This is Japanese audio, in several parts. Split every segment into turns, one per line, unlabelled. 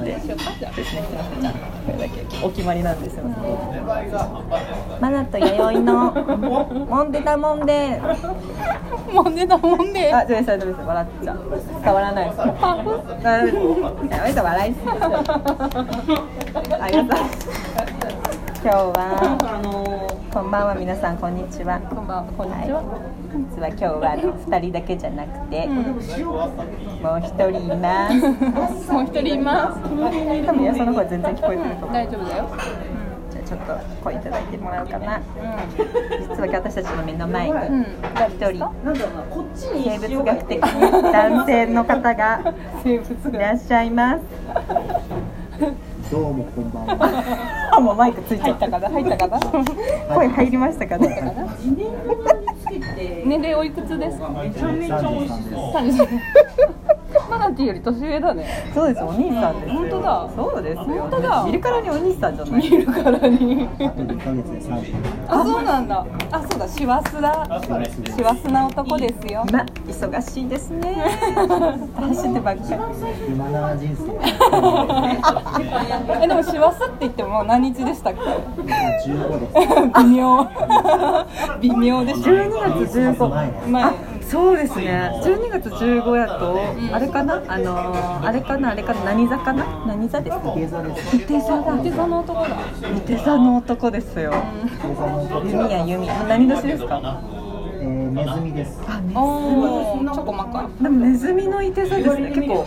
よかじゃあ別になっちゃうこれだけお決まりなんですよね
マナと弥生のモンデダモンデ
もんでだもんで
あ、全然大丈夫です。笑っちゃう。伝わらないです。ダメです。やめて笑いすぎですよありがとう。今日は、
あの
こんばんは皆さんこんにちは。
こんばんはこんにちは、
実は今日はあの二人だけじゃなくて、
うん
もう一人います。
もう一人います、
多分皆さんの声全然聞こえてると思う。
大丈夫だよ
じゃあちょっと声いただいてもらおうかな。
う
実は私たちの目の前に
ん、うん、
一人生物学的に 男性の方が
生物
い
が
らっしゃいます。
どうもこんばんは。
あ、もうマイクついち
入
ゃ
っ
ったた。
かな入ったかな
声入りましたかね。
年齢おいくつですか
33です。
マナティより年上だね
そうです、お兄さんですよ。
本当だ
そうですよ。
本当だ
見るからにお兄さんじゃない。
見るからに
あと2ヶ月で30。
あそうなんだあそうだ師走だ
幸せです
師。走な男ですよ
ま、忙しいですね。走ってばっかり。
暇な人生。
えでも師走って言っても何日でしたっけ
15です。
微 妙微妙でしょ
12月15
前
あ、そうですね。12月15やと、あれかな、あのー、あれかな、あれかな、何座かな、何座ですか。
計算です。
伊手座だ。
手座の男だ
伊手座の男ですよ。
計算の時
弓や弓、何年ですか。
えーネズミです。
あ、ね。
おーチョコマカ
でもネズミの伊手座ですね。結構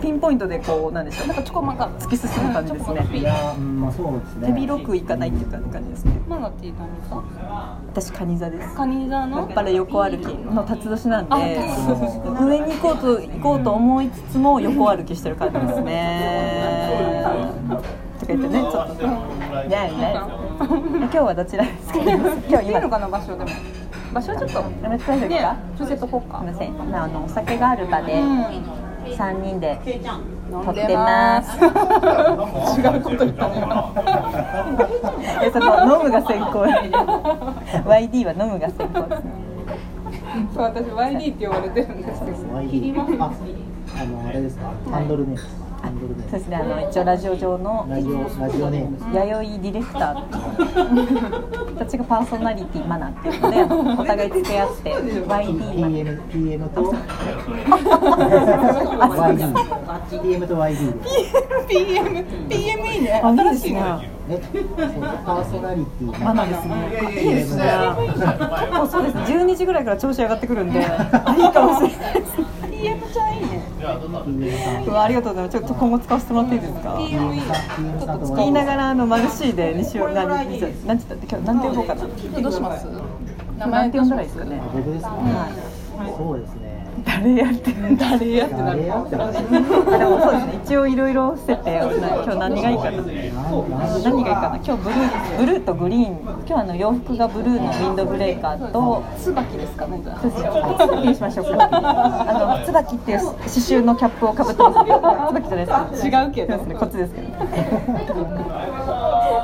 ピンポイントでこう、なんでしょう。
なんかチョコマカ
突き進む感じですね。
いやー、うんまあそうですね。
手広くいかないっていう感じですね。
マナティー何
私カニ座です。
座カニ座
や
の
っぱり横歩きの辰年なん
あ
で上に行こうと行こうと思いつつも横歩きしてる感じですね。とか言ってねちょっとねね今日はどちらですか。 今日
いい
今
のかな場所でも場所はちょっと
やめてください
ね
か。
女性とこう
す
か
みません。あのお酒がある場で
うん
三人で撮
飲ん
っ
で
てま
ますす。
違うこと言ったね
えその飲むが先行。YD は飲むが先行ですね。
そう私 YD って呼ばれてるんですけど
ワインあ、あのあれですか。ハンドルネーム。ハンドルネ
そうで
ー
すね。あの一応ラジオ上の
ム。ラジオラジオネーム。
弥生ディレクター私がパーソナリティマナっていうのでお互い付き合って YD マナ
PM PM と
あ
YD。PM と YD で。
PM PM いいね
あいいで
新
す
しい
ね
ね
ね、パーソナリティ
マ
ー
ナ
が
ですね
いいですね
もうそうですね12時ぐらいから調子上がってくるんで あいいかもしれないです
PM ちゃんいいね
PM さん、
うわありがとうございますちょっと今後使わせてもらっていいですか
PM いいね
PM さんと
言いな
は
がらあのマルシーで西尾何何て言ったって今日何て呼ぼうかな
どうします名
何
前
て
ど
呼
うんし
だらいいですか
ます
ね
僕です
は
ね。そうですね。
誰やってんだ
誰やってな
誰
る
やったら、
あでもそうですね一応いろいろしててな今日何がいいかな何がいいかな今日ブルーブルーとグリーン今日あの洋服がブルーのウィンドブレーカーと
椿ですかねじゃ
そうですよあ椿にしましょう椿あの椿っていう刺繍のキャップをかぶってますけど椿じゃないですか
違うけど
そうですねこっちですけど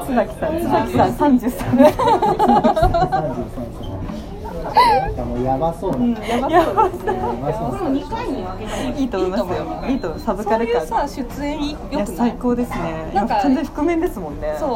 椿さん椿さん三十 三
三十三なんかもうやばそうな。や
やばそう
ばそうな。
いいと思いますよいいと思うサブカ
あそう
ル
いう
感
さ出演よ
いや
くな
最
い
高ですね
なんか
今完全に覆面ですもんね
そうあ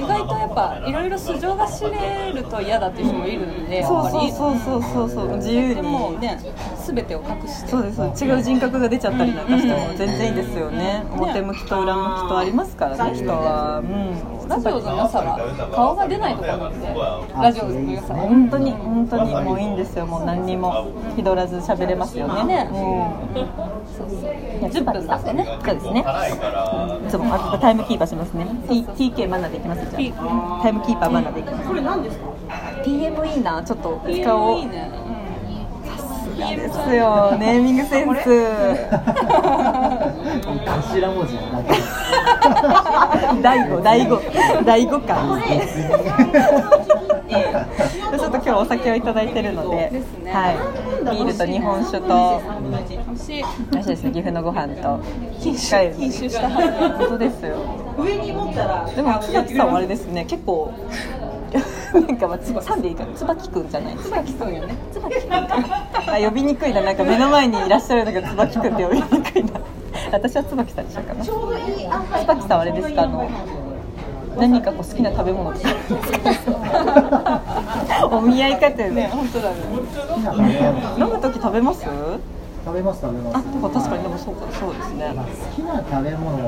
の意外とやっぱいろいろ素性が知れると嫌だっていう人もいるんで
そうそう
う
そうそうそうそう自由
でも
に
ね全てを隠して
そうですそうです違う人格が出ちゃったりなんかしても全然いいですよね
ん
表向きと裏向きとありますからね人はうん
ラジオの良さは顔が出ないところなんでラジオの良さは
本当に本当にもういいんですよもう何にも気取らず喋れますよね
ね
うん
そうそう
10
10分だってね
そうですねいつもあタイムキーパーしますね T- TK マナでいきますじゃあタイムキーパーマナでいきますこれ何ですか PME なちょっと使おう
いいね
ですよネーミングセンス
頭文字はなくて。
第五第五第五感ですねちょっと今日お酒をいただいてるので
ですね
はい、ビールと日本酒と
美味しい
美味しいですね岐阜のご飯と
禁
近い
酒禁酒した
本当ですよ上に持ったらでも椿さんはあれですね結構 なんかまあつばさんでいいか椿くんじゃない
椿くんよね
あ呼びにくいななんか目の前にいらっしゃるのが椿くんって呼びにくいな私は椿さんにしようかな
ょうどいいあはい
椿さんはあれですかあの何かこう好きな食べ物とかあるんですかお見合いかって
ね
ね
本当だね
好きな食べ物
飲む時食べます
食べます食べま
あ
す
でも確かにでもそうかそうですね
まあ好きな食べ物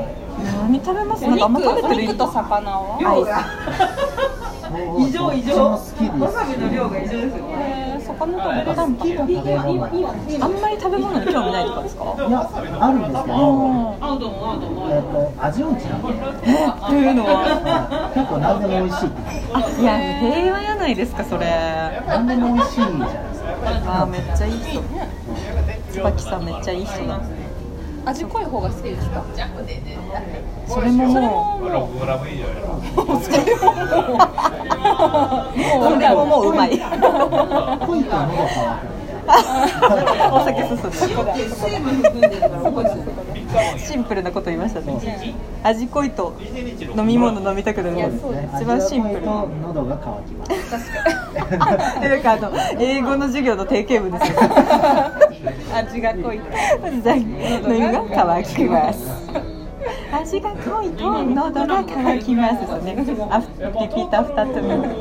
何食べます
お
なんかあんま食べ
肉お
てる
肉と魚を
異常異常好きですわさびの量が異常です
えー魚食べれ
好きな食
あ
べ物い
んまり食べ物に興味ないとかですか
やあるんですけど えっと味音痴なんで
というのは
結構何でも美味しいって
あいや平和やないですかそれ
何でも美味しいじゃないですか
あーめっちゃいい人椿さんめっちゃいい人だ
味濃い方が好きですか
それも
それ
も
ももうそれも
う
もう
それももううまい
濃いと喉乾く
お酒進むシンプルなこと言いましたね味濃いと飲み物飲みたくなる
そうですね
一番シンプル
味が濃いと喉が乾きます
えなんかあの英語の授業の定型文ですよ
味が濃い
喉が乾きます味が濃いと喉が乾きますですねアフリピートアフタートゥー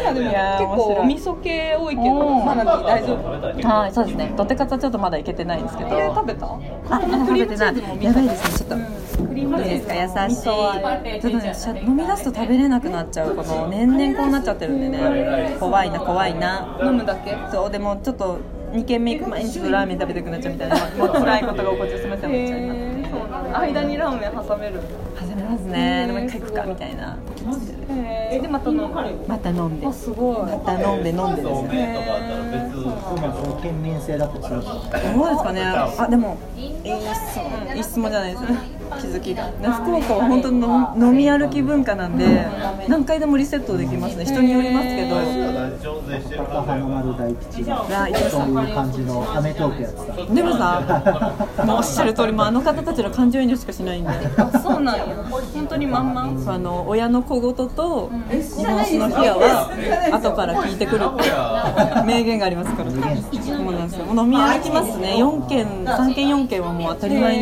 今でも
いやー
結構お
面白い
味噌系多いけ
う
ど
ん
マナティー大丈夫
ミンはいそうですねどてかつはちょっとまだいけてないんですけど
えー食べた
あ食べてないやばいですねちょっと、どうですか優しいち
噌は
ょっとねしゃ飲み出すと食べれなくなっちゃうこの年々こうなっちゃってるんでね怖いな怖いな
飲むだけ
そうでもちょっと2軒目行く前にちょっとラーメン食べたくなっちゃうみたいなもう辛いことが起こってすみませんおっちゃんになって
へーそうなんだ間にラーメン挟める
始めますねでも一回行くかみたいな
へーでまた飲む
また飲んで
あすごい
また飲んで飲んでですね
そう県民性だとそうです
どうですかねあでもいい質問いい質問じゃないです気づきが福岡は本当にの飲み歩き文化なんで何回でもリセットできますね人によりますけど
高花丸大吉が
あ行きまし
そ
た
ういう感じのアメトークやってたん
で
で
もさもうおっしゃる通りもうあの方たちの感情移入しかしないんで
あそうなんや本当にまんまん
あの親の小言と日本史の部屋は後から聞いてくるって名言がありますからそうなんですよもう飲み歩きますね4軒3軒4軒はもう当たり前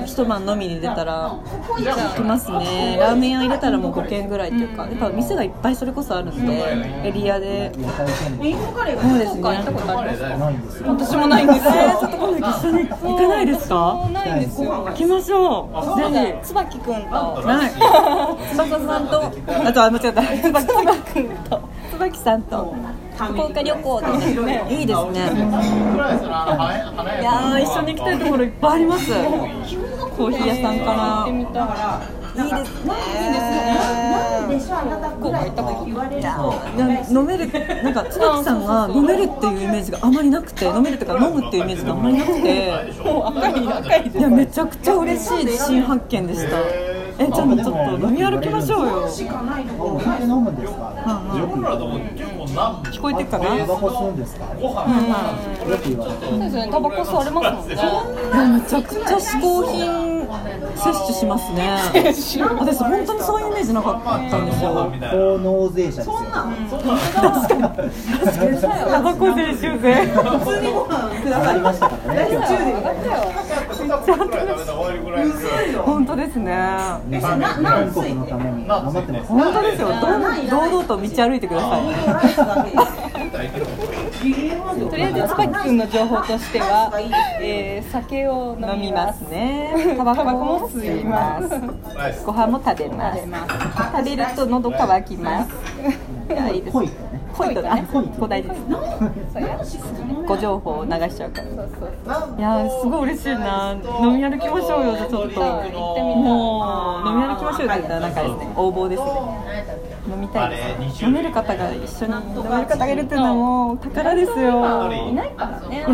に一晩飲みに出たら行きますねラーメン屋入れたらもう5軒ぐらいというかやっぱ店がいっぱいそれこそあるんでエリアで
野菜県民
そうですね
行ったことあります
がないんですよ
私もないんですよ
えー ちょっと今度一緒に行かないです
そう
か
ないんですよ
行きましょうぜひ
椿くんと
はい。翼さんと、あとあ間違った。椿くんと、椿さんと福岡旅行ですね。いいですね。いやー一緒に行きたいところいっぱいあります。コーヒー屋さんか
行ってみたい
ら。いいですね。いいですね。
福岡行ったこと言われる
飲めるなんか椿さんが飲めるっていうイメージがあまりなくて飲めるとか飲むっていうイメージがあまりなくて
もう赤い赤い
いやめちゃくちゃ嬉しい新発見でしたえじゃあちょっと飲み歩きましょうよ
お酒飲むんですかよく言われる
聞こえてるかな
タバコ吸うんですかよく言われ
そう
る
ですよねタバコ吸われますもんね
いやめちゃくちゃ嗜好品摂取しますね私本当にそういうイメージなかったんですよ
高納税者ですよ
タバコ税収税
ありましたからね今日
本当ですね
韓国のために頑張ってます
本当ですよどん堂々と道歩いてください
とりあえず椿くんの情報としては、えー、酒を飲
飲
み
み
ま
ますすねタバコも吸いますご飯も食べます
食べます
食べると喉乾きますいやいいです
濃いとね
恋とね
恋とね
こう大事です
そうや
ご情報を流しちゃうから
そうそう
いやーすごい嬉しいな飲み歩きましょうよじゃあちょっと
行ってみたい
もう飲み歩きましょうよって言ったらなんかですね応募ですね飲みたいです飲める方が一緒に飲める方がいるっていうのはもう宝ですよいないからね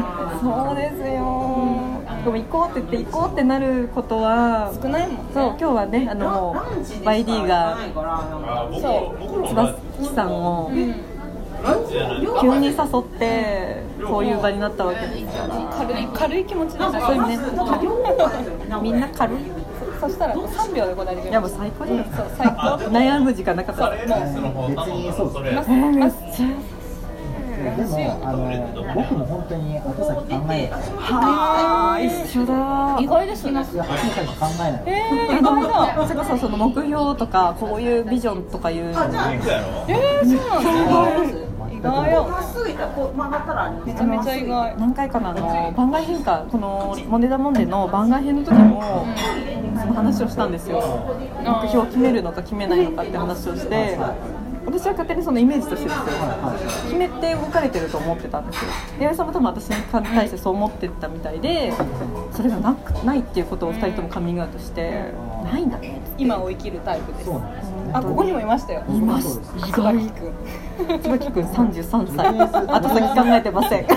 そうですよでも行こうって言って行こうってなることは
少ないもん
そう今日はねあのもうバイディが翼さんを急に誘ってこういう場になったわけですから
軽い軽い気持ちで
そういうねみんな軽い
そしたら3秒で答えて
い
くれ
や
ま
もう
す
最高です
そう最高
悩む時間なかったです
別にそうですね
めっちゃ
でもあの僕も本当に後先考えない
はあ一緒だ
意外ですね
いや後先考えない、
えー、
意
意外
外
だ
だそれこそその目標とかこういうビジョンとかいうの
えー、そうなんですね意
全く
外よ
め
めちゃめちゃ意外
何回かのあの番外編かこの「モネダモンデ」の番外編の時もその話をしたんですよ目標を決めるのか決めないのかって話をして私は勝手にそのイメージとしてですよ
は
決めて動かれてると思ってたんですよで八重さんも多分私に対してそう思ってたみたいでそれがなくないっていうことを2人ともカミングアウトしてないんだね
今を生きるタイプで
い、
す
そうなんですよね
あここにもいましたよ
います意外
椿君
椿君33歳後先考えてません
大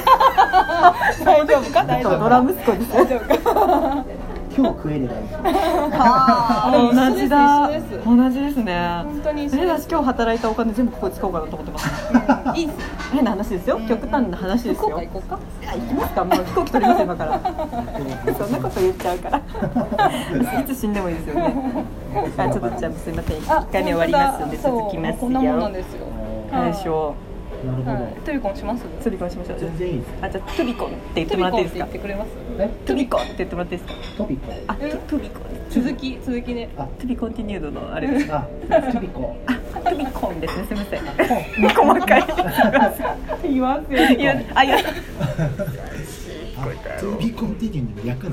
丈夫か大丈夫
ドラ息子です
今日食えればいい
あ
同じだ
一緒です一緒です
同じですね本
当に一緒です
私今日働いたお金全部ここで使おうかなと思ってます
いいっす
変な話ですよ極端な話です
福
よ
岡行こうか
いや行きますかもう飛行機取ります今からそんなこと言っちゃうからいつ死んでもいいですよね あちょっとじゃあすいません一回目終わりますので
そう
続きますよ
こんなもんなんですよ
よいしょ
なるほど、
はいトリコンします
トリコンしましょう
全然いいです
あじゃあトビコンって言っ
ト
て
リ
も
コ
ら
ン
っていいですか
って言ってくれます
え
トビコンって言ってもらっていいですか
トピコ
あ
え
トビコン
続き続きで
あ
トビコンティニュードのあれです
あトピコ
トビコンですねすみません 細かい
言わんすよ
いやあいや
あトピコンっていうのに役に